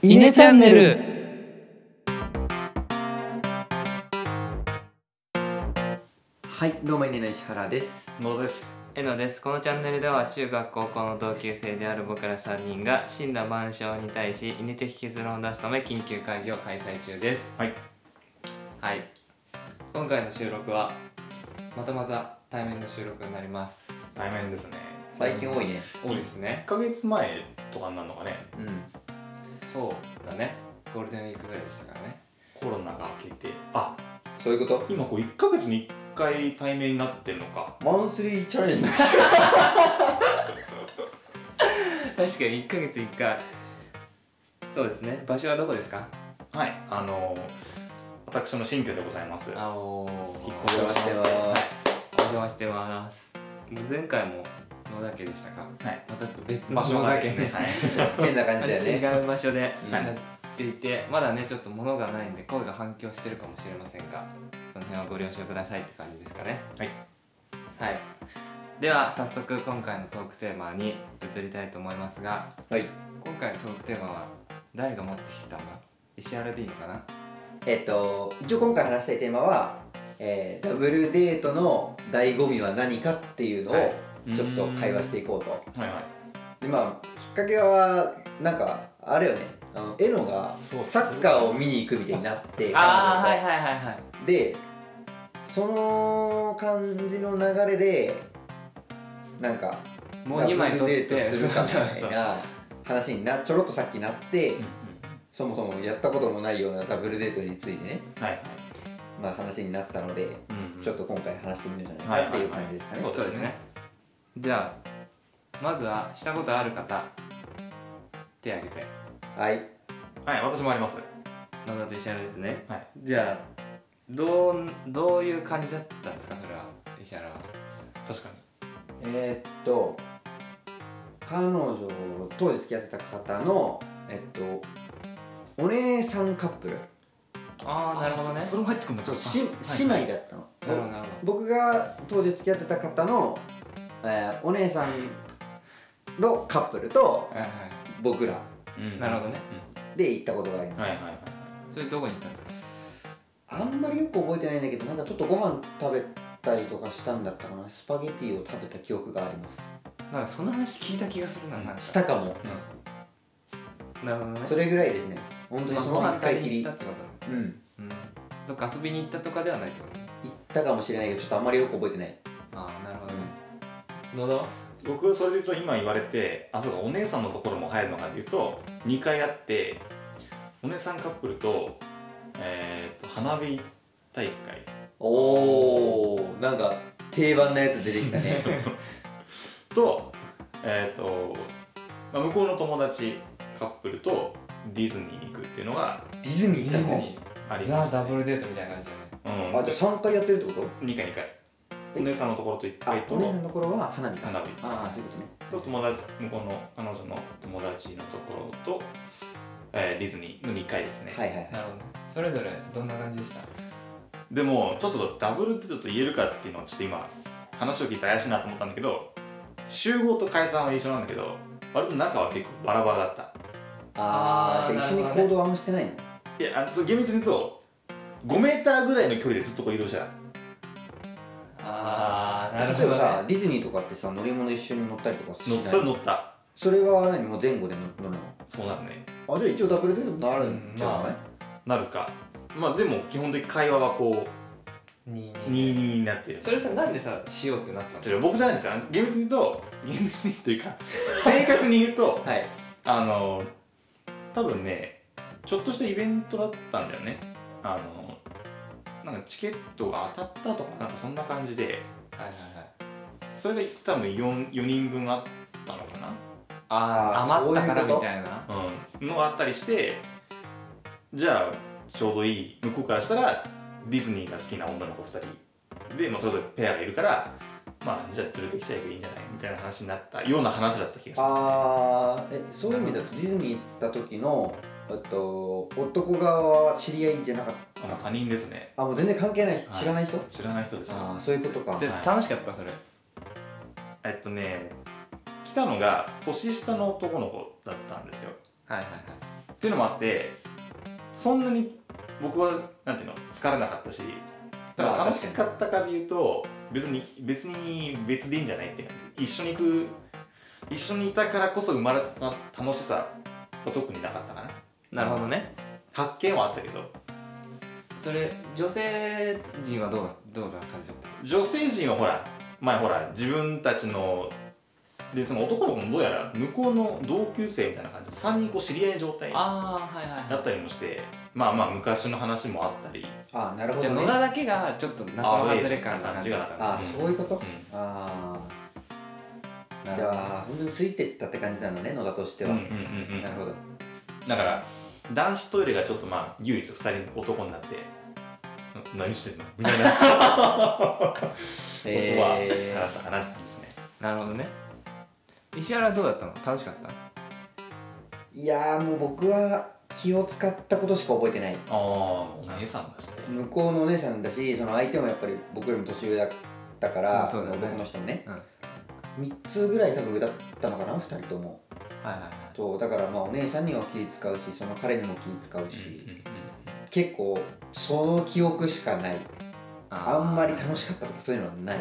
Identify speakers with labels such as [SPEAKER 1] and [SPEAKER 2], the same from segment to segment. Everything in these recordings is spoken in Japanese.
[SPEAKER 1] イネチャンネル
[SPEAKER 2] はい、どうもイネの石原です。
[SPEAKER 3] 野田です
[SPEAKER 1] えのですこのチャンネルでは中学高校の同級生である僕ら3人が神羅万象に対しイネ的結論を出すため緊急会議を開催中です
[SPEAKER 3] はい
[SPEAKER 1] はい今回の収録はまたまた対面の収録になります
[SPEAKER 3] 対面ですね
[SPEAKER 2] 最近多いね。
[SPEAKER 1] 多いですね
[SPEAKER 3] 1ヶ月前とかになるのかね
[SPEAKER 2] うん。
[SPEAKER 1] そうだねゴールデンウィークぐらいでしたからね
[SPEAKER 3] コロナが明けてあ
[SPEAKER 2] そういうこ
[SPEAKER 3] 今こう1ヶ月に1回対面になってんのか
[SPEAKER 2] と？マンスリーチャレ ンジ。
[SPEAKER 1] 確かに1ヶ月1回そうですね場所はどこですか
[SPEAKER 3] はいあのー、私の新居でございます
[SPEAKER 1] あお
[SPEAKER 3] 引っ
[SPEAKER 1] ー
[SPEAKER 3] 越しをしましては
[SPEAKER 1] お邪魔してます。もう前回も野田家でしたか。
[SPEAKER 3] はい
[SPEAKER 1] また別
[SPEAKER 3] い
[SPEAKER 1] の
[SPEAKER 3] 場所
[SPEAKER 1] 野
[SPEAKER 3] が
[SPEAKER 1] 田
[SPEAKER 3] で
[SPEAKER 1] 家
[SPEAKER 3] すね
[SPEAKER 1] ね。
[SPEAKER 3] はい
[SPEAKER 2] 変な感じだよ ね。
[SPEAKER 1] 違う場所で
[SPEAKER 2] うん
[SPEAKER 1] やっていて、まだねちょっと物がないんで声が反響してるかもしれませんが、その辺はご了承くださいって感じですかね。
[SPEAKER 3] はい。
[SPEAKER 1] はい。では早速今回のトークテーマに移りたいと思いますが、
[SPEAKER 2] はい。
[SPEAKER 1] 今回のトークテーマは誰が持ってきたの？石原でいいのかな？
[SPEAKER 2] えっと一応今回話したいテーマは、えーダブルデートの醍醐味は何かっていうのを
[SPEAKER 1] はい
[SPEAKER 2] ちょっと会話していこうと。
[SPEAKER 3] はいはい
[SPEAKER 2] でまあきっかけはなんかあれよね。あのエノが
[SPEAKER 3] そう
[SPEAKER 2] サッカーを見に行くみたいになって。
[SPEAKER 1] ああ
[SPEAKER 2] 彼女
[SPEAKER 1] はい
[SPEAKER 2] と
[SPEAKER 1] はいはいはい。
[SPEAKER 2] でその感じの流れでなんか
[SPEAKER 1] もう2枚取って
[SPEAKER 2] ダブルデートするかみた
[SPEAKER 1] そうそう
[SPEAKER 2] い
[SPEAKER 1] そう
[SPEAKER 2] な話になちょろっとさっきなって、
[SPEAKER 3] うん
[SPEAKER 2] そもそもやったこともないようなダブルデートについてね、
[SPEAKER 3] うんはいはい
[SPEAKER 2] まあ、話になったので、
[SPEAKER 3] うんうん
[SPEAKER 2] ちょっと今回話してみようじゃないかっていう
[SPEAKER 3] はい
[SPEAKER 2] 感
[SPEAKER 3] はいはい
[SPEAKER 2] じですかね、
[SPEAKER 3] そう
[SPEAKER 1] そうですねじゃあまずはしたことある方手挙げて
[SPEAKER 2] はい
[SPEAKER 3] はい私もあります
[SPEAKER 1] 野田と石原ですね
[SPEAKER 3] はい
[SPEAKER 1] じゃあどうどういう感じだったんですかそれは石原は
[SPEAKER 3] 確か
[SPEAKER 2] えーっと彼女当時付き合ってた方のえっとお姉さんカップル
[SPEAKER 1] ああ
[SPEAKER 3] に
[SPEAKER 1] なるほどね
[SPEAKER 3] そそれも入ってくるんだ
[SPEAKER 2] そう
[SPEAKER 3] あ
[SPEAKER 2] し
[SPEAKER 3] はい
[SPEAKER 2] 姉妹だったの、
[SPEAKER 1] なるほどなるほ
[SPEAKER 2] 僕が当時付き合ってた方の、えーお姉さんのカップルと
[SPEAKER 1] どはいはい
[SPEAKER 2] 僕ら
[SPEAKER 3] うん
[SPEAKER 1] なるほどね
[SPEAKER 2] で行ったことがあります、
[SPEAKER 3] はいはいはい
[SPEAKER 1] それどこに行ったんですか
[SPEAKER 2] あんまりよく覚えてないんだけどなんかちょっとご飯食べたりとかしたんだったかなスパゲティを食べた記憶があります
[SPEAKER 1] なんかその話聞いた気がするななんか
[SPEAKER 2] したかも
[SPEAKER 1] なるほどね
[SPEAKER 2] それぐらいですね本当に
[SPEAKER 1] まあ
[SPEAKER 2] そ
[SPEAKER 1] ご
[SPEAKER 2] の
[SPEAKER 1] 飯
[SPEAKER 2] 1
[SPEAKER 1] 食
[SPEAKER 2] 回
[SPEAKER 1] べ
[SPEAKER 2] き
[SPEAKER 1] に
[SPEAKER 2] り、
[SPEAKER 1] 行ったってことね
[SPEAKER 2] うん
[SPEAKER 1] うんどっか遊びに行ったとかではないってことね
[SPEAKER 2] 行ったかもしれないけどちょっとあんまりよく覚えてない
[SPEAKER 1] ああなるほどね野田は
[SPEAKER 3] 僕それで言うと今言われてあそうかお姉さんのところも入るのかっていうと2回あってお姉さんカップルと,、えー、と花火大会
[SPEAKER 2] おーなんか定番なやつ出てきた ね
[SPEAKER 3] と,、えーとまあ、向こうの友達カップルとディズニーに行くっていうのが
[SPEAKER 2] ディズニ
[SPEAKER 1] デ
[SPEAKER 2] ー
[SPEAKER 1] ィ
[SPEAKER 2] 行っ
[SPEAKER 1] ズ
[SPEAKER 2] たの
[SPEAKER 1] ニ
[SPEAKER 3] あ
[SPEAKER 1] ー
[SPEAKER 3] りま
[SPEAKER 1] ザ・
[SPEAKER 3] し
[SPEAKER 1] ダ
[SPEAKER 3] た、
[SPEAKER 1] ブ
[SPEAKER 3] ね、
[SPEAKER 1] ルデートみたいな感じだね
[SPEAKER 3] うん、
[SPEAKER 2] あじゃあ3回やってるってこと
[SPEAKER 3] 2回2回お姉さんのところと1
[SPEAKER 2] あ
[SPEAKER 3] 回と
[SPEAKER 2] お姉さんのところは花火か
[SPEAKER 3] 花火
[SPEAKER 2] ああそういうことね
[SPEAKER 3] と友達向こうの彼女の友達のところと、えーディズニーの2回ですね、
[SPEAKER 2] はいはいはい
[SPEAKER 1] なるほどねそれぞれどんな感じでした
[SPEAKER 3] でもちょっとダブルデートと言えるかっていうのはちょっと今話を聞いて怪しいなと思ったんだけど集合と解散は一緒なんだけど割と仲は結構バラバラだった
[SPEAKER 2] あーじゃあ一緒に行動はあんましてないの
[SPEAKER 3] いやあのそう厳密に言うと5メーターぐらいの距離でずっとこう移動してた
[SPEAKER 1] ああなるほ
[SPEAKER 2] 例えば
[SPEAKER 1] ど、ね、
[SPEAKER 2] さディズニーとかってさ乗り物一緒に乗ったりとかし
[SPEAKER 3] 乗っ
[SPEAKER 2] ない
[SPEAKER 3] それ乗った
[SPEAKER 2] それは何もう前後で乗る
[SPEAKER 3] そうなるね
[SPEAKER 2] のあじゃあ一応ダブルデートになるんじゃない、
[SPEAKER 1] うんま
[SPEAKER 3] なるかまあでも基本的に会話はこ
[SPEAKER 1] 二
[SPEAKER 3] う22になってる
[SPEAKER 1] それさなんでさしようってなったの
[SPEAKER 3] 違う僕じゃないですから厳密に言うと厳密にとい うか正確に言うと
[SPEAKER 2] はい
[SPEAKER 3] あの多分ねちょっとしたイベントだったんだよねあのなんかチケットが当たったとかなんかそんな感じで
[SPEAKER 1] はいはいはい
[SPEAKER 3] それが多分 4, 4人分あったのか
[SPEAKER 1] ああ
[SPEAKER 2] あー
[SPEAKER 1] 余ったから
[SPEAKER 2] そういう
[SPEAKER 1] み
[SPEAKER 2] こと
[SPEAKER 1] たいな
[SPEAKER 3] な、うん、のがあったりしてじゃあちょうどいい向こうからしたらディズニーが好きな女の子2人で、まあ、それぞれペアがいるからまあじゃあ連れてきちゃえばいいんじゃないみたいな話になったような話だった気がしま
[SPEAKER 2] あーえそういう意味だとディズニー行った時のえっと男側は知り合いじゃなかっ
[SPEAKER 3] すねあの他人ですね
[SPEAKER 2] たあもう全然関係ない人
[SPEAKER 3] はい
[SPEAKER 2] 知らない人、
[SPEAKER 3] 知らない人ですね
[SPEAKER 2] ああそういうことか
[SPEAKER 1] で
[SPEAKER 3] はい
[SPEAKER 1] 楽しかったそれ
[SPEAKER 3] えっとね来たのが年下の男の子だったんですよ
[SPEAKER 1] はいはいはい
[SPEAKER 3] っていうのもあってそんなに僕はなんていうの疲れなかったしだか
[SPEAKER 2] ま
[SPEAKER 3] ら
[SPEAKER 2] あ
[SPEAKER 3] 楽しかったかで言うと別に別に別でいいんじゃないって感じ一緒に行く一緒にいたからこそ生まれた楽しさは特になかったかな
[SPEAKER 1] なるほどね
[SPEAKER 3] 発見はあったけど
[SPEAKER 1] それ女性陣はどうなどうな感じだった
[SPEAKER 3] 女性陣はほら前ほら自分たちのでその男の子もどうやら向こうの同級生みたいな感じで3人こう知り合い状態だ
[SPEAKER 1] ああはいはい
[SPEAKER 3] ったりもしてまあまあ昔の話もあったり
[SPEAKER 2] あなるほ
[SPEAKER 1] じゃあ
[SPEAKER 2] ど
[SPEAKER 1] 野
[SPEAKER 2] ね
[SPEAKER 1] 田だけがちょっと仲間外れ感が感じがあった
[SPEAKER 2] あそういうこと、
[SPEAKER 3] ん
[SPEAKER 2] ああ
[SPEAKER 1] な
[SPEAKER 2] じ
[SPEAKER 1] るほど
[SPEAKER 2] ゃあ本当についてったって感じなのね野田として
[SPEAKER 3] うんう
[SPEAKER 2] は、
[SPEAKER 3] んうんうん
[SPEAKER 2] なるほど
[SPEAKER 3] だから男子トイレがちょっとまあ唯一2人の男になってん何してんのみたいなこと
[SPEAKER 2] え
[SPEAKER 3] は話したかなって感じですね、
[SPEAKER 1] なるほどね石原はどうだったの楽しかった
[SPEAKER 2] ー、いやーもう僕は気を使ったことしか覚えてない
[SPEAKER 3] ああお姉さんだしね
[SPEAKER 2] 向こうのお姉さんだしその相手もやっぱり僕よりも年上だったか
[SPEAKER 1] う
[SPEAKER 2] ら
[SPEAKER 1] んそうだね
[SPEAKER 2] 男の人もね、
[SPEAKER 1] うんは
[SPEAKER 2] 3つぐらい多分上だったのかな2人とも
[SPEAKER 1] いはいはい
[SPEAKER 2] そうだからまあお姉さんには気使うしその彼にも気使うし、
[SPEAKER 3] うんうんうん
[SPEAKER 2] 結構その記憶しかない
[SPEAKER 1] あ
[SPEAKER 2] あ
[SPEAKER 1] ー
[SPEAKER 2] んまり楽しかったとかそういうのはない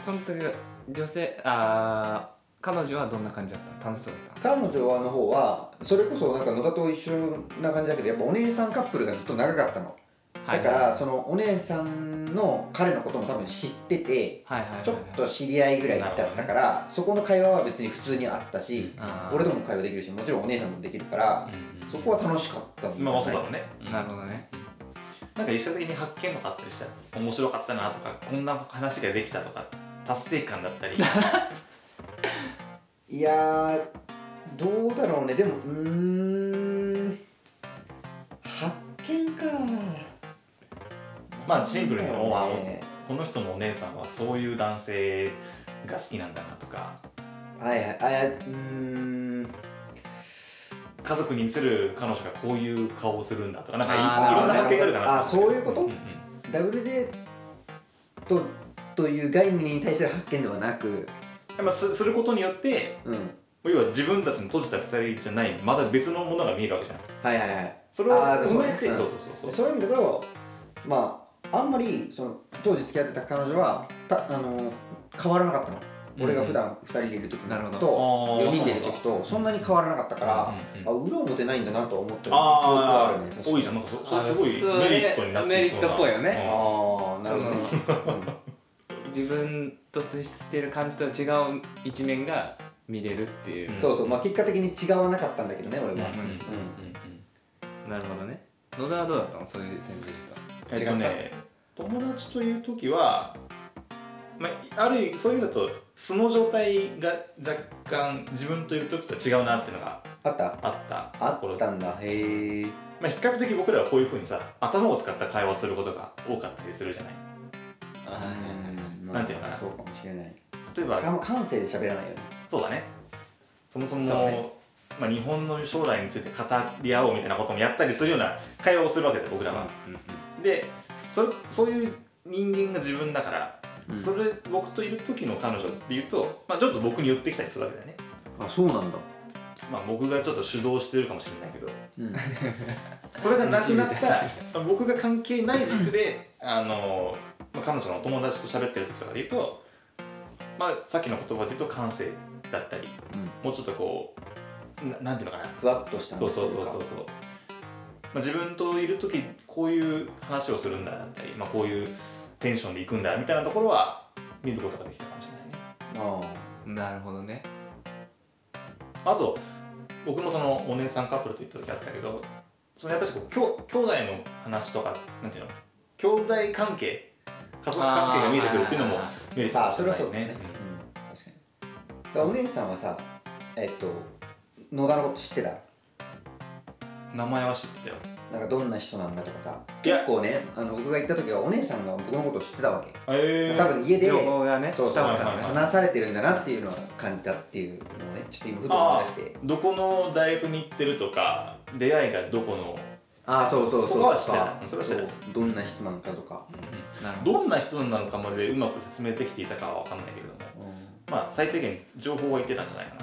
[SPEAKER 1] その時女性あー彼女はどんな感じだったの楽しそうだ
[SPEAKER 2] 彼
[SPEAKER 1] っ
[SPEAKER 2] 女はの方はそれこそなんか野田と一緒な感じだけどやっぱお姉さんカップルがずっと長かったの
[SPEAKER 1] た
[SPEAKER 2] だからそのお姉さんの彼のことも多分知ってて
[SPEAKER 1] はいはいはいはい
[SPEAKER 2] ちょっと知り合いぐらいだったからそこの会話は別に普通にあったし
[SPEAKER 1] あー
[SPEAKER 2] 俺とも会話できるしもちろんお姉さんともできるから
[SPEAKER 3] うんうん
[SPEAKER 2] そこは楽しかったんじゃ
[SPEAKER 3] ま
[SPEAKER 2] な
[SPEAKER 3] あ
[SPEAKER 2] い
[SPEAKER 3] そうだろうねうん
[SPEAKER 1] なるほどね
[SPEAKER 3] なんか一緒的に発見とかあったりした面白かったなとかこんな話ができたとか達成感だったり
[SPEAKER 2] いやーどうだろうねでもうーん発見か
[SPEAKER 3] まあシンプルに、おわ
[SPEAKER 2] ね
[SPEAKER 3] この人のお姉さんはそういう男性が好きなんだなとか
[SPEAKER 2] はいはいあやうーん
[SPEAKER 3] 家族に見せる彼女がこういう顔をするんだとかなんかい
[SPEAKER 1] あー
[SPEAKER 3] いろんな発見があるかなと
[SPEAKER 2] あそういうこと
[SPEAKER 3] んんん
[SPEAKER 2] ダブルデートという概念に対する発見ではなく
[SPEAKER 3] やっぱすすることによって
[SPEAKER 2] うん
[SPEAKER 3] 要は自分たちの閉じた二人じゃないまた別のものが見えるわけじゃん
[SPEAKER 2] はいはいはい
[SPEAKER 3] それを
[SPEAKER 2] あー
[SPEAKER 3] 踏まえて
[SPEAKER 2] そ
[SPEAKER 3] そ
[SPEAKER 2] ね
[SPEAKER 3] ううそう
[SPEAKER 2] で
[SPEAKER 3] そうそう
[SPEAKER 2] そういう意味だとまああんまりその当時付き合ってた彼女はたあの変わらなかったの、俺が普段2人でいる時
[SPEAKER 1] なるほ
[SPEAKER 2] のと
[SPEAKER 1] ど
[SPEAKER 3] あー
[SPEAKER 2] 4人でいる時とそんなに変わらなかったから、
[SPEAKER 3] うんうん
[SPEAKER 2] あ裏表ないんだなと思ってる記憶があ
[SPEAKER 3] あ
[SPEAKER 2] るね
[SPEAKER 3] あ
[SPEAKER 2] 確かに
[SPEAKER 3] 多いじゃんなんかそそれすご
[SPEAKER 1] あ
[SPEAKER 3] い
[SPEAKER 1] そう
[SPEAKER 3] メリットになってきそうな
[SPEAKER 1] メリットっぽいよね
[SPEAKER 3] うん
[SPEAKER 2] ああなるほどね
[SPEAKER 1] 自分と接してる感じと違う一面が見れるっていう
[SPEAKER 2] うんそうそうまあ結果的に違わなかったんだけどね俺は、
[SPEAKER 1] うん
[SPEAKER 3] うんうんうん
[SPEAKER 1] なるほどね野田はどうだったのそういう点で言うと
[SPEAKER 3] えっとね友達という時は、まあ、ある意味そういう意味だと素の状態が若干自分という時とは違うなっていうのが
[SPEAKER 2] あった
[SPEAKER 3] あった
[SPEAKER 2] あ
[SPEAKER 3] ところ
[SPEAKER 2] ったんだへえ
[SPEAKER 3] まあ、比較的僕らはこういうふうにさ頭を使った会話をすることが多かったりするじゃないなんていうのかな
[SPEAKER 2] そうかもしれない
[SPEAKER 3] 例えば
[SPEAKER 2] あんま感性で喋らないよね
[SPEAKER 3] そうだねそもそも
[SPEAKER 1] そうね
[SPEAKER 3] まあ、日本の将来について語り合おうみたいなこともやったりするような会話をするわけで僕らは、でそれそういう人間が自分だから、
[SPEAKER 2] うん
[SPEAKER 3] それ僕といる時の彼女っていうと、まあ、ちょっと僕に寄ってきたりするわけだよね
[SPEAKER 2] あそうなんだ
[SPEAKER 3] まあ僕がちょっと主導してるかもしれないけど
[SPEAKER 2] うん
[SPEAKER 3] それがなくなった僕が関係ない軸であの、まあ、彼女のお友達と喋ってる時とかで言うと、まあ、さっきの言葉で言うと感性だったりもうちょっとこうななんていうのかな
[SPEAKER 2] ふわっとした
[SPEAKER 3] そうそうそうそうそう、まあ、自分といる時こういう話をするんだだったり、まあ、こういうテンションでいくんだみたいなところは見ることができたかもしれないね
[SPEAKER 2] あ
[SPEAKER 1] なるほどね
[SPEAKER 3] あと僕もそのお姉さんカップルと言った時あったけどそのやっぱしこうきょ兄弟の話とかなんていうの兄弟関係家族関係が見えてくるっていうのも
[SPEAKER 1] あ
[SPEAKER 3] 見えて
[SPEAKER 2] ああそれはそうだね
[SPEAKER 3] ね、
[SPEAKER 2] うん確かにだからお姉さんはさえっと野田のこと知ってた
[SPEAKER 3] うん名前は知ってたよ
[SPEAKER 2] なんかどんな人なんだとかさ
[SPEAKER 3] いや
[SPEAKER 2] 結構ねあの僕が行った時はお姉さんが僕のことを知ってたわけ
[SPEAKER 3] え
[SPEAKER 2] 多分家
[SPEAKER 1] ー
[SPEAKER 2] で
[SPEAKER 1] 情報がね
[SPEAKER 2] そうそう
[SPEAKER 1] 伝わってたの
[SPEAKER 3] はいはい
[SPEAKER 1] ね
[SPEAKER 3] はい
[SPEAKER 2] 話されてるんだなっていうのは感じたっていうのをねちょっと今ふと思い出して
[SPEAKER 3] どこの大学に行ってるとか出会いがどこの、
[SPEAKER 2] ああそうそうそう
[SPEAKER 3] ここは知ってた
[SPEAKER 2] とか
[SPEAKER 3] うんそれは知ってた
[SPEAKER 2] どんな人なんかとか、
[SPEAKER 1] なるほど
[SPEAKER 3] どんな人なのかまでうまく説明できていたかは分かんないけれどもまあ最低限情報は言ってたんじゃないか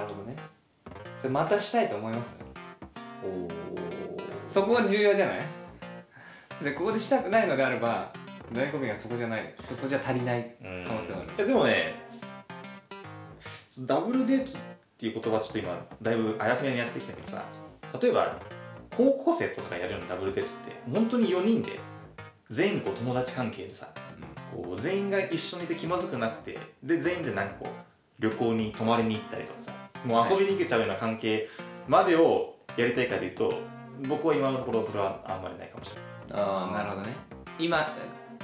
[SPEAKER 1] なるほどねそれまたしたいと思います
[SPEAKER 2] おお
[SPEAKER 1] そこが重要じゃないでここでしたくないのであれば醍醐味がそこじゃないそこじゃ足りない
[SPEAKER 3] うん
[SPEAKER 1] 可能性はある
[SPEAKER 3] いやでもねダブルデートっていう言葉ちょっと今だいぶあやふやにやってきたけどさ例えば高校生とかがやるようなダブルデートって本当に4人で全員こう友達関係でさこう全員が一緒にいて気まずくなくてで全員でなんかこう旅行に泊まりに行ったりとかさもう遊びに行けちゃうような関係までをやりたいかというと僕は今のところそれはあんまりないかもしれない。
[SPEAKER 2] あー
[SPEAKER 1] なるほどね今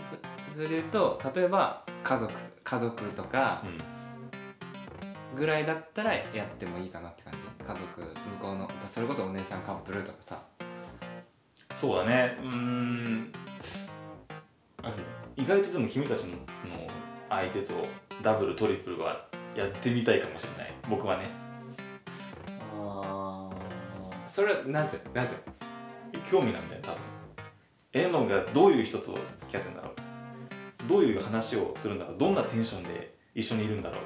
[SPEAKER 1] そそれで言うと例えば家族家族とか
[SPEAKER 3] うん
[SPEAKER 1] ぐらいだったらやってもいいかなって感じ家族向こうのそれこそお姉さんカップルとかさ
[SPEAKER 3] そうだねうーんあでも意外とでも君たちの相手とダブルトリプルはやってみたいかもしれない僕はね
[SPEAKER 2] あ
[SPEAKER 1] それはなぜなぜ
[SPEAKER 3] 興味なんだよ多分エノンがどういう人と付き合ってんだろうどういう話をするんだろうどんなテンションで一緒にいるんだろう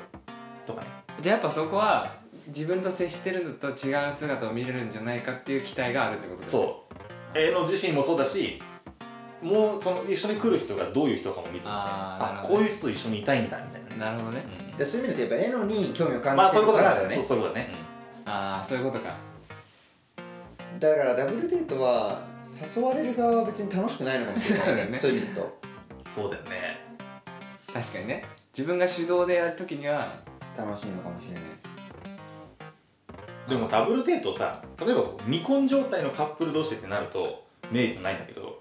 [SPEAKER 3] とかね
[SPEAKER 1] じゃあやっぱそこは自分と接してるのと違う姿を見れるんじゃないかっていう期待があるってことだよね
[SPEAKER 3] そうエノン自身もそうだしもうその一緒に来る人がどういう人かも見てみて
[SPEAKER 1] あーなる
[SPEAKER 3] あ
[SPEAKER 1] ほど
[SPEAKER 3] こういう人と一緒にいたいんだみたいなね
[SPEAKER 1] なるほどね
[SPEAKER 3] うん
[SPEAKER 2] ーでそういう意味で言えば絵のに興味を感
[SPEAKER 3] まあ
[SPEAKER 2] じ
[SPEAKER 3] そ
[SPEAKER 2] て
[SPEAKER 3] ういう
[SPEAKER 2] る
[SPEAKER 3] こ
[SPEAKER 2] から
[SPEAKER 3] と
[SPEAKER 2] だ
[SPEAKER 3] だ
[SPEAKER 2] よ
[SPEAKER 3] よ
[SPEAKER 2] ね、
[SPEAKER 3] ねそうそういうことだね、
[SPEAKER 1] ああそういうことか
[SPEAKER 2] だからダブルデートは誘われる側は別に楽しくないのかもしれ
[SPEAKER 1] そう
[SPEAKER 2] な
[SPEAKER 1] だ
[SPEAKER 2] い
[SPEAKER 1] ね
[SPEAKER 2] そういう意味だと
[SPEAKER 3] そうだよね
[SPEAKER 1] 確かにね自分が主導でやるときには
[SPEAKER 2] 楽しいのかもしれない
[SPEAKER 3] でもダブルデートをさ例えばこう未婚状態のカップル同士ってなるとメリットないんだけど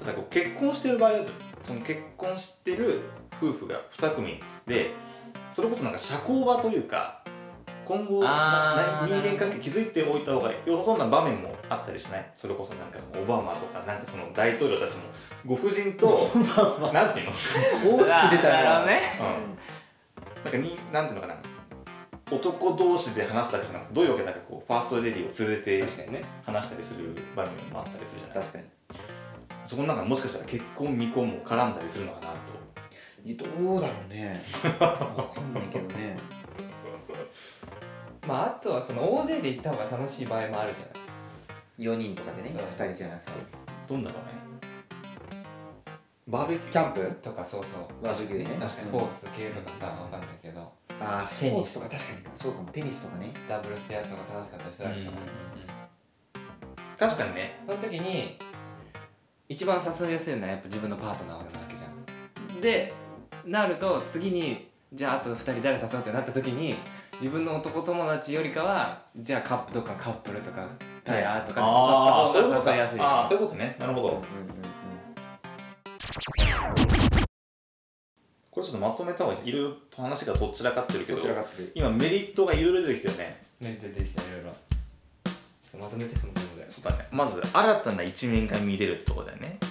[SPEAKER 3] ただこう結婚してる場合だとその結婚してる夫婦が2組でそれこそなんか社交場というか今後
[SPEAKER 1] あ
[SPEAKER 3] な
[SPEAKER 1] ー
[SPEAKER 3] 人間関係築いておいた方が良さそうな場面もあったりしないそれこそなんかそのオバマとかなんかその大統領たちもご婦人 となんて いうの
[SPEAKER 2] 大きく出た
[SPEAKER 1] なる
[SPEAKER 2] ら
[SPEAKER 1] ほどね
[SPEAKER 3] うん、なんかになんていうのかな男同士で話すだけじゃなくてどういうわけだかこうファーストレディーを連れて
[SPEAKER 1] 確かにね
[SPEAKER 3] 話したりする場面もあったりするじゃない
[SPEAKER 2] 確かに
[SPEAKER 3] そこの中にもしかしたら結婚未婚も絡んだりするのかなと
[SPEAKER 2] いやどうだろうねわかんないけどね
[SPEAKER 1] まああとはその大勢で行った方が楽しい場合もあるじゃな
[SPEAKER 2] 4
[SPEAKER 1] い
[SPEAKER 2] 人とかでね
[SPEAKER 1] そう
[SPEAKER 2] 2人じゃなくて
[SPEAKER 3] どんな場面バーベキュー
[SPEAKER 2] キャンプ
[SPEAKER 1] とかそうそう
[SPEAKER 2] バーベキューね
[SPEAKER 1] なんかスポーツ系とかさわかんないけど
[SPEAKER 2] ああ
[SPEAKER 1] テ
[SPEAKER 2] スポ
[SPEAKER 1] ニ
[SPEAKER 2] ー
[SPEAKER 1] ス
[SPEAKER 2] ツとか確かにそうかもテニスとかね
[SPEAKER 1] ダブルスでやるのが楽しかったりしたらじゃない、
[SPEAKER 3] 確かにね
[SPEAKER 1] その時に一番誘いやすいのはやっぱ自分のパートナーなわけじゃん。でなると次にじゃああと2人誰誘うってなった時に自分の男友達よりかはじゃあカップとかカップルとかペアとかで誘った方が誘いやすい。
[SPEAKER 3] ああそういうことねなるほ
[SPEAKER 2] うんう
[SPEAKER 3] ど
[SPEAKER 2] ん
[SPEAKER 3] これちょっとまとめた方がいいいろいろと話がどっちらかってるけ
[SPEAKER 2] うん
[SPEAKER 3] ど
[SPEAKER 2] どちらかってる
[SPEAKER 3] 今メリットがいろいろ出てきたよね
[SPEAKER 1] ね出てきたいろいろ。ちょっとまとめてそのことだよ。
[SPEAKER 3] そうだねまず新たな一面が見れるってとこだよねで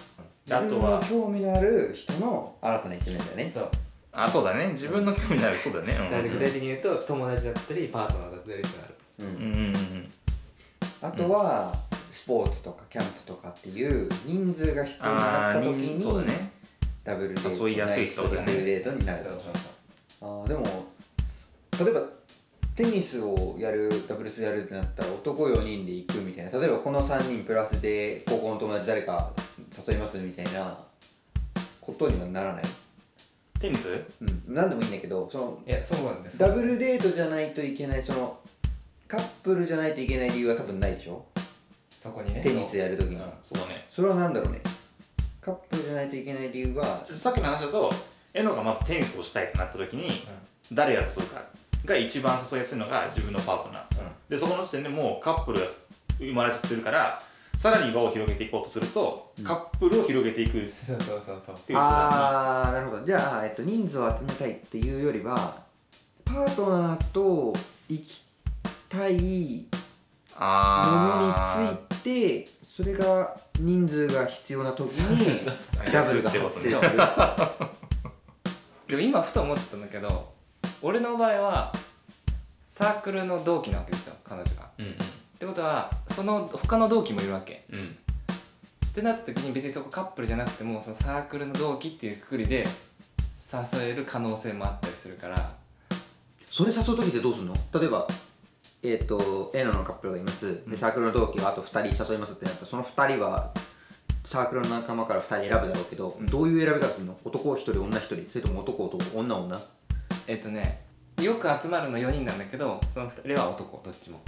[SPEAKER 2] 自
[SPEAKER 3] あ
[SPEAKER 2] 分
[SPEAKER 3] と
[SPEAKER 2] の
[SPEAKER 3] は
[SPEAKER 2] 興味のある人の新たな一面だよね
[SPEAKER 1] そう。
[SPEAKER 3] あそうだね自分の興味のあるそうだね
[SPEAKER 1] なので
[SPEAKER 3] う
[SPEAKER 1] 具
[SPEAKER 3] ん
[SPEAKER 1] 体的に言うと友達だったりパートナーだったりってなる。
[SPEAKER 2] う
[SPEAKER 3] うん
[SPEAKER 2] ん
[SPEAKER 3] うんうんうん
[SPEAKER 2] あとはスポーツとかキャンプとかっていう人数が必要になっ
[SPEAKER 3] ああ
[SPEAKER 2] た時
[SPEAKER 3] 人
[SPEAKER 2] に
[SPEAKER 3] そうだね
[SPEAKER 2] ダブルデート
[SPEAKER 3] 誘いやすい人だね
[SPEAKER 2] ダブルデートになる
[SPEAKER 1] そうそうそう。
[SPEAKER 2] あーでも例えばテニスをやるダブルスやるってなったら男4人で行くみたいな例えばこの3人プラスで高校の友達誰か誘いますみたいなことにはならない、
[SPEAKER 3] テニス
[SPEAKER 2] うん、何でもいいんだけどその
[SPEAKER 1] いやそうなんです。
[SPEAKER 2] ダブルデートじゃないといけないそのカップルじゃないといけない理由は多分ないでしょ
[SPEAKER 1] そこにね。
[SPEAKER 2] テニスやるときに
[SPEAKER 3] そうだね
[SPEAKER 2] それは何だろうねカップルじゃないといけない理由は
[SPEAKER 3] さっきの話だとエノがまずテニスをしたいってなった時に誰が誘うかが一番誘いやすいのが自分のパートナー
[SPEAKER 1] うんうん
[SPEAKER 3] でそこの時点でもうカップルが生まれちゃってるからさらに輪を広げていこうとすると、
[SPEAKER 2] うん
[SPEAKER 3] カップルを広げていくっていう
[SPEAKER 1] そうそうそうそう。
[SPEAKER 3] 人だ
[SPEAKER 2] ああなるほどじゃあ、えっと、人数を集めたいっていうよりはパートナーと行きたいものに
[SPEAKER 3] ー
[SPEAKER 2] ついてそれが人数が必要な時 にダブルが
[SPEAKER 3] ってこ
[SPEAKER 2] 発
[SPEAKER 3] と
[SPEAKER 2] 生す
[SPEAKER 3] ね
[SPEAKER 2] る
[SPEAKER 1] でも今ふと思ったんだけど俺の場合はサークルの同期なわけですよ彼女が。
[SPEAKER 3] うんうん
[SPEAKER 1] ってことはその他の同期もいるわけ。
[SPEAKER 3] うん
[SPEAKER 1] ってなった時に別にそこカップルじゃなくてもそのサークルの同期っていうくくりで誘える可能性もあったりするから
[SPEAKER 2] それ誘う時ってどうすんの例えばえっ、とエナのカップルがいますでサークルの同期があと2人誘いますってなったらその2人はサークルの仲間から2人選ぶだろうけど、
[SPEAKER 1] うん
[SPEAKER 2] どういう選び方するの男1人女1人それとも男男女女
[SPEAKER 1] えっとねよく集まるの4人なんだけどその2人は男どっちも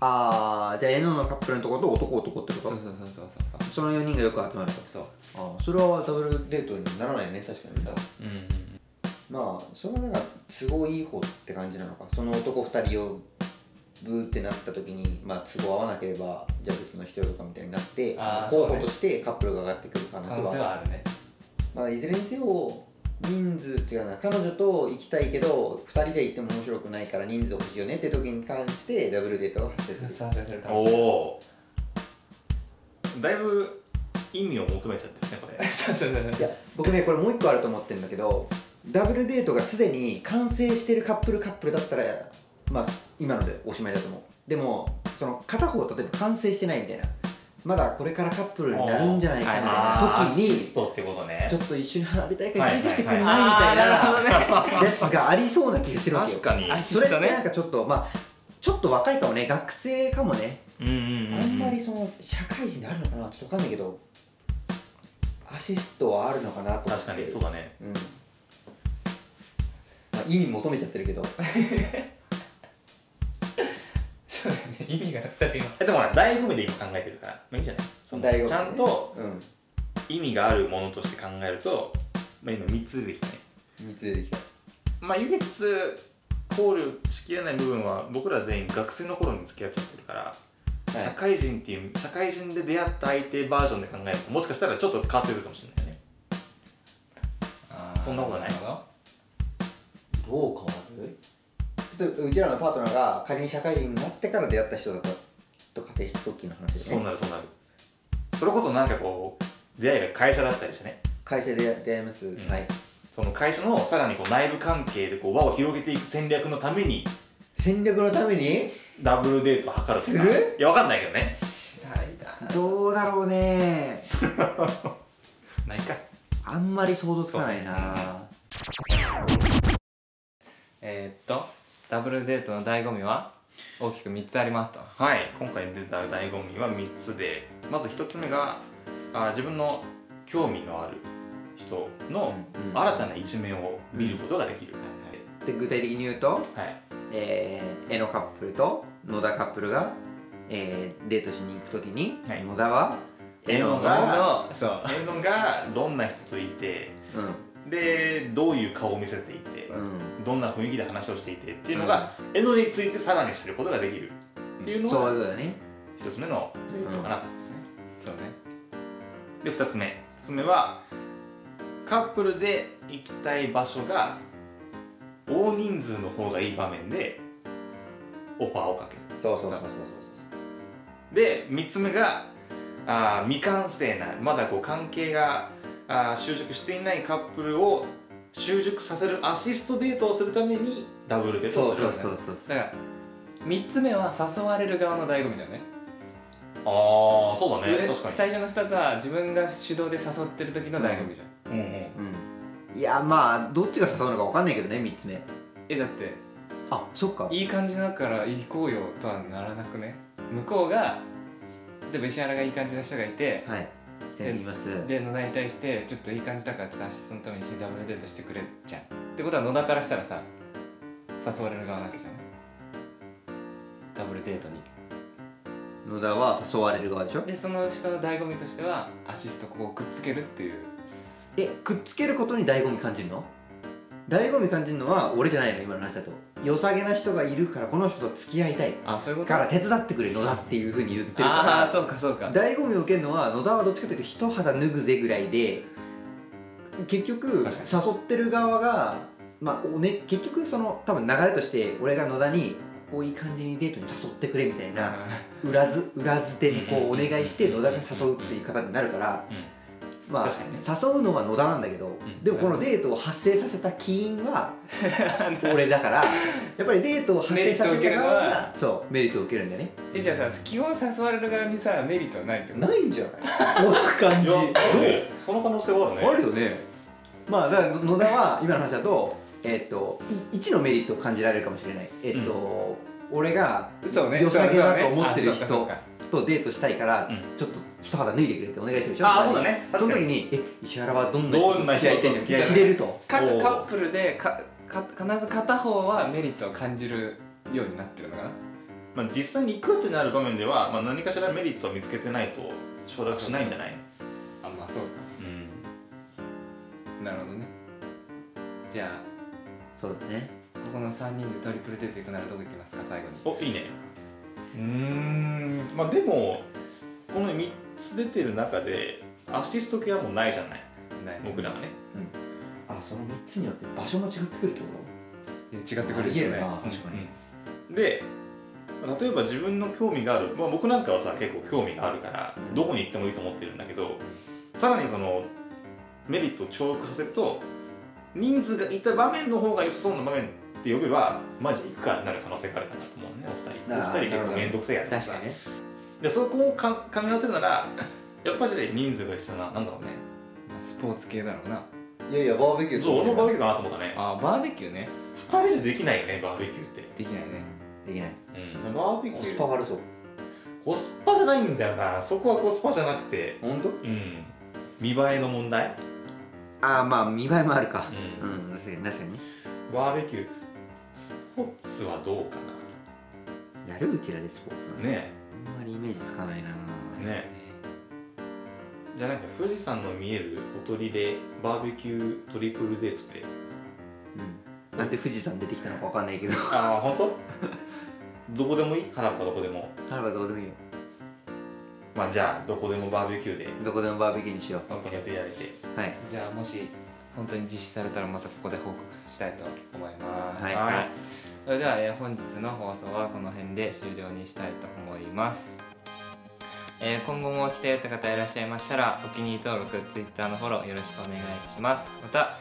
[SPEAKER 2] あーじゃあエナのカップルのところと男男ってこと
[SPEAKER 1] そう
[SPEAKER 2] そ
[SPEAKER 1] そうそうそうそうそう
[SPEAKER 2] の4人がよく集まると
[SPEAKER 1] そう
[SPEAKER 2] あーそれはダブルデートにならないね確かに
[SPEAKER 1] そう
[SPEAKER 3] うんうん
[SPEAKER 2] まあそのなんか都合いい方って感じなのかその男2人をブーってなった時に、まあ、都合合わなければじゃあ別の人呼ぶかみたいになって
[SPEAKER 1] あー
[SPEAKER 2] 候
[SPEAKER 1] そう
[SPEAKER 2] 補
[SPEAKER 1] ね
[SPEAKER 2] としてカップルが上がってくる可能
[SPEAKER 1] 可
[SPEAKER 2] 性
[SPEAKER 1] 能
[SPEAKER 2] は
[SPEAKER 1] 性はあるね
[SPEAKER 2] まあ、いずれにせよ人数っていうかな彼女と行きたいけど2人じゃ行っても面白くないから人数欲しいよねって時に関してダブルデートが発生する
[SPEAKER 1] さあさあそれ多分
[SPEAKER 3] おおだいぶ意味を求めちゃってるねこれ
[SPEAKER 1] そうそうそう
[SPEAKER 2] い
[SPEAKER 1] そう
[SPEAKER 2] や僕ねこれもう一個あると思ってるんだけどダブルデートがすでに完成してるカップルカップルだったらまあ今のでおしまいだと思うでもその片方例えば完成してないみたいなまだこれからカップルになるんじゃないかみたい
[SPEAKER 3] あ
[SPEAKER 2] な
[SPEAKER 3] ー
[SPEAKER 2] 時
[SPEAKER 3] ア
[SPEAKER 2] に
[SPEAKER 3] シストってことね
[SPEAKER 2] ちょっと一緒に花火大会ついてきてくんないみ
[SPEAKER 3] は
[SPEAKER 2] たいな
[SPEAKER 1] あーなるほどね
[SPEAKER 2] やつがありそうな気がしてるわけよ
[SPEAKER 3] 確かに
[SPEAKER 1] アシ
[SPEAKER 2] そ
[SPEAKER 1] ス
[SPEAKER 2] れっ
[SPEAKER 1] ト
[SPEAKER 2] てなん
[SPEAKER 1] ね
[SPEAKER 2] かちょっとまあちょっと若いかもね学生かもね、
[SPEAKER 3] うんうんうんうん
[SPEAKER 2] あんまりその社会人であるのかなちょっとわかんないけどアシストはあるのかなと思って
[SPEAKER 3] 確かにそうだね
[SPEAKER 2] うん、まあ、意味求めちゃってるけど
[SPEAKER 1] そうだね意味があったって今
[SPEAKER 3] えでもほら醍醐味で今考えてるからまあいいんじゃないその
[SPEAKER 2] 醍醐味ね
[SPEAKER 3] ちゃんと
[SPEAKER 2] うん
[SPEAKER 3] 意味があるものとして考えると、まあ、今3つ出てきたね
[SPEAKER 2] 見つけてきた
[SPEAKER 3] まあ唯一考慮しきれない部分は僕ら全員学生の頃に付き合っちゃってるから、
[SPEAKER 2] はい
[SPEAKER 3] 社会人っていう社会人で出会った相手バージョンで考えるともしかしたらちょっと変わってくるかもしれないよねーそんなことない
[SPEAKER 1] るほど
[SPEAKER 2] どう変わる例えばうちらのパートナーが仮に社会人になってから出会った人だったと仮定した時の話で
[SPEAKER 3] そう
[SPEAKER 2] ね
[SPEAKER 3] なるそうなるそれこそなんかこう出会いが会社だったりしてね
[SPEAKER 2] 会社で出会います、
[SPEAKER 3] ん
[SPEAKER 2] はい
[SPEAKER 3] その会社のさらにこう内部関係でこう輪を広げていく戦略のために
[SPEAKER 2] 戦略のために
[SPEAKER 3] ダブルデートを図るとか
[SPEAKER 2] する
[SPEAKER 3] いやわかんないけどね
[SPEAKER 1] しないな
[SPEAKER 2] どうだろうね
[SPEAKER 3] ないか
[SPEAKER 2] あんまり想像つかない
[SPEAKER 3] そう
[SPEAKER 2] な
[SPEAKER 1] えー、っとダブルデートの醍醐味は大きく3つありますと
[SPEAKER 3] はい今回出た醍醐味は3つでまず1つ目があ自分の興味のある人の
[SPEAKER 2] うんうん
[SPEAKER 3] 新たな一面を見ることができる、
[SPEAKER 2] で具体的に言うと、
[SPEAKER 3] はい
[SPEAKER 2] えー、絵のカップルと野田カップルが、えー、デートしに行くときに、
[SPEAKER 3] はい
[SPEAKER 2] 野田は
[SPEAKER 3] 絵の
[SPEAKER 2] が
[SPEAKER 1] あのそう
[SPEAKER 3] 自分がどんな人といてでどういう顔を見せていて、
[SPEAKER 2] うんうん
[SPEAKER 3] どんな雰囲気で話をしていてっていうのが、江戸についてさらに知ることができるっていうの
[SPEAKER 2] そう
[SPEAKER 3] が
[SPEAKER 2] いうことだね
[SPEAKER 3] 一つ目のメリットかなと思いますね、
[SPEAKER 1] そうね
[SPEAKER 3] で二つ目二つ目はカップルで行きたい場所が大人数の方がいい場面でオファーをかける
[SPEAKER 2] そうそうそうそう
[SPEAKER 3] で3つ目があー未完成なまだこう関係があー習熟していないカップルを習熟させるアシストデートをするためにダブルデート
[SPEAKER 2] そ
[SPEAKER 3] を
[SPEAKER 2] う
[SPEAKER 3] する
[SPEAKER 2] そうそうそうそう
[SPEAKER 1] だから3つ目は誘われる側の醍醐味だよね
[SPEAKER 3] ああそうだね
[SPEAKER 1] 上
[SPEAKER 3] 確かに
[SPEAKER 1] 最初の2つは自分が主導で誘ってる時の醍醐味じゃん、
[SPEAKER 3] うんう
[SPEAKER 2] う
[SPEAKER 3] ん
[SPEAKER 2] んいやまあどっちが誘うのかわかんないけどね3つ目
[SPEAKER 1] えだって
[SPEAKER 2] あそっか
[SPEAKER 1] いい感じだから行こうよとはならなくね向こうが例えば石原がいい感じの人がいて
[SPEAKER 2] はいじゃあ言います
[SPEAKER 1] で野田に対してちょっといい感じだからちょっとアシストのために一緒にダブルデートしてくれじゃんってことは野田からしたらさ誘われる側なわけじゃないダブルデートに
[SPEAKER 2] 野田は誘われる側でしょ
[SPEAKER 1] でその人の醍醐味としてはアシストここをくっつけるっていう
[SPEAKER 2] えくっつけることに醍醐味感じるの醍醐味感じるのは俺じゃないの今の話だと良さげな人がいるからこの人と付き合いたい
[SPEAKER 1] あそういうこと
[SPEAKER 2] から手伝ってくれ野田っていうふうに言ってる
[SPEAKER 1] ああ
[SPEAKER 2] か
[SPEAKER 1] ーそうかそうから
[SPEAKER 2] 醍醐味を受けるのは野田はどっちかというと一肌脱ぐぜぐらいで結局
[SPEAKER 3] 確
[SPEAKER 2] 誘ってる側がまあおね結局その多分流れとして俺が野田にこういい感じにデートに誘ってくれみたいな裏ず裏付けにこうお願いして野田が誘うっていう形になるから
[SPEAKER 3] うん
[SPEAKER 2] まあ、
[SPEAKER 3] 確かにね
[SPEAKER 2] 誘うのは野田なんだけど、
[SPEAKER 3] ん
[SPEAKER 2] でもこのデートを発生させた起因は俺だからやっぱりデートを発生させた側
[SPEAKER 1] メリットを受けるの
[SPEAKER 2] がそうメリットを受けるんだよね
[SPEAKER 1] えじゃあさ基本誘われる側にさメリットはないってこと
[SPEAKER 2] ないんじゃない こんな感
[SPEAKER 3] い
[SPEAKER 2] じ
[SPEAKER 3] やねその可能性はあるね
[SPEAKER 2] あるよねまあだから野田は今の話だとえっ、とい1のメリットを感じられるかもしれないえっ、と、俺が
[SPEAKER 1] そうね
[SPEAKER 2] 良さげだと
[SPEAKER 1] そうそうね
[SPEAKER 2] 思ってる人
[SPEAKER 1] あそうか
[SPEAKER 2] とデートしたいから、
[SPEAKER 3] うん
[SPEAKER 2] ちょっと一肌脱いでくれってお願いしてるでしょ
[SPEAKER 3] ああそうだね
[SPEAKER 2] そ
[SPEAKER 3] 確
[SPEAKER 2] の
[SPEAKER 3] か
[SPEAKER 2] 時
[SPEAKER 3] に
[SPEAKER 2] にえ石原はどんな
[SPEAKER 3] どんな
[SPEAKER 2] 人
[SPEAKER 3] 人
[SPEAKER 2] 付き合いたいんで
[SPEAKER 3] と
[SPEAKER 2] す
[SPEAKER 3] 付
[SPEAKER 2] か
[SPEAKER 3] き合いたい
[SPEAKER 2] 知れると
[SPEAKER 1] そうか
[SPEAKER 3] お
[SPEAKER 1] 各
[SPEAKER 3] ー
[SPEAKER 1] カップルでかか必ず片方はメリットを感じるようになってるのかな
[SPEAKER 3] まあ、実際に行くってなる場面では、まあ、何かしらメリットを見つけてないと承諾しないんじゃない、
[SPEAKER 1] あまあそうか
[SPEAKER 3] うん、
[SPEAKER 1] なるほどねじゃ
[SPEAKER 2] そうだね
[SPEAKER 1] あここの3人でトリプルデート行くならどこ行きますか最後に
[SPEAKER 3] おいいねうーんまあでもこの3つ出てる中でアシスト系はもうないじゃない
[SPEAKER 1] ない
[SPEAKER 3] 僕らはね
[SPEAKER 2] あその3つによって場所も違ってくるってこ
[SPEAKER 1] いや違っ
[SPEAKER 2] と
[SPEAKER 1] てくるでしょうね
[SPEAKER 2] ありえるな確かに、
[SPEAKER 3] うんでまあ例えば自分の興味がある、まあ、僕なんかはさ結構興味があるからどこに行ってもいいと思ってるんだけどさらにそのメリットを重複させると人数がいた場面の方が良さそうな場面って呼べばマジ行くかになる可能性があるかなと思うねお二
[SPEAKER 2] あー
[SPEAKER 3] 人お二人
[SPEAKER 2] なるほ
[SPEAKER 3] 結構
[SPEAKER 2] ど
[SPEAKER 3] 面倒くせえやった
[SPEAKER 1] 確かにね
[SPEAKER 3] でそこをか考え合わせるならやっぱり人数が必要ななんだろうね
[SPEAKER 1] まあスポーツ系だろうない
[SPEAKER 2] やいやバーベキュー
[SPEAKER 3] そう俺もバーベ
[SPEAKER 2] で
[SPEAKER 3] キューかなと思ったね
[SPEAKER 1] あバーベキューね
[SPEAKER 3] 2人じゃできないよねバーベキューって、
[SPEAKER 1] できないね
[SPEAKER 2] きない
[SPEAKER 3] うん、バーベキュ
[SPEAKER 2] コ
[SPEAKER 3] ー
[SPEAKER 2] スパ悪そう
[SPEAKER 3] コスパじゃないんだよなそこはコスパじゃなくて
[SPEAKER 2] 本当
[SPEAKER 3] うん見栄えの問題、
[SPEAKER 2] ああまあ見栄えもあるか
[SPEAKER 3] う
[SPEAKER 2] うん確かに確かに
[SPEAKER 3] バーベキュースポーツはどうか
[SPEAKER 2] やるうちらでスポーツな
[SPEAKER 3] な
[SPEAKER 2] の
[SPEAKER 3] ね
[SPEAKER 2] あんまりイメージつかないな
[SPEAKER 3] えねえじゃあなんか富士山の見えるおとりでバーベキュートリプルデートで
[SPEAKER 2] うんなんで富士山出てきたのかわかん ないけど
[SPEAKER 3] ああ本当 どこでもいい原っぱどこでも
[SPEAKER 2] ならばどうでもいいよ
[SPEAKER 3] まあじゃあどこでもバーベキューで
[SPEAKER 2] どこでもバーベキューにしよ
[SPEAKER 3] まとめてやれて
[SPEAKER 2] うはい
[SPEAKER 1] じゃあもし本当に実施されたらまたここで報告したいと思います、
[SPEAKER 2] はい
[SPEAKER 1] それでは、えー本日の放送はこの辺で終了にしたいと思います、えー今後も来たよって方いらっしゃいましたらお気に入り登録 Twitter のフォローよろしくお願いしますまた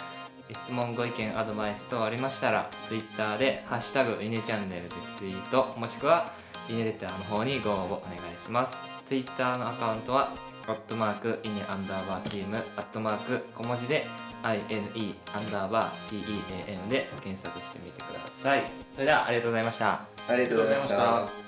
[SPEAKER 1] えー質問ご意見アドバイス等ありましたら Twitter で「ハッシュタグイネチャンネル」でツイートもしくはイネレターの方にご応募お願いします Twitter のアカウントはアットマークイネアンダーバーチームアットマーク小文字で INE アンダーバー TEAM で検索してみてくださいそれではありがとうございました
[SPEAKER 2] ありがとうございまし
[SPEAKER 3] ありがとうございました
[SPEAKER 2] た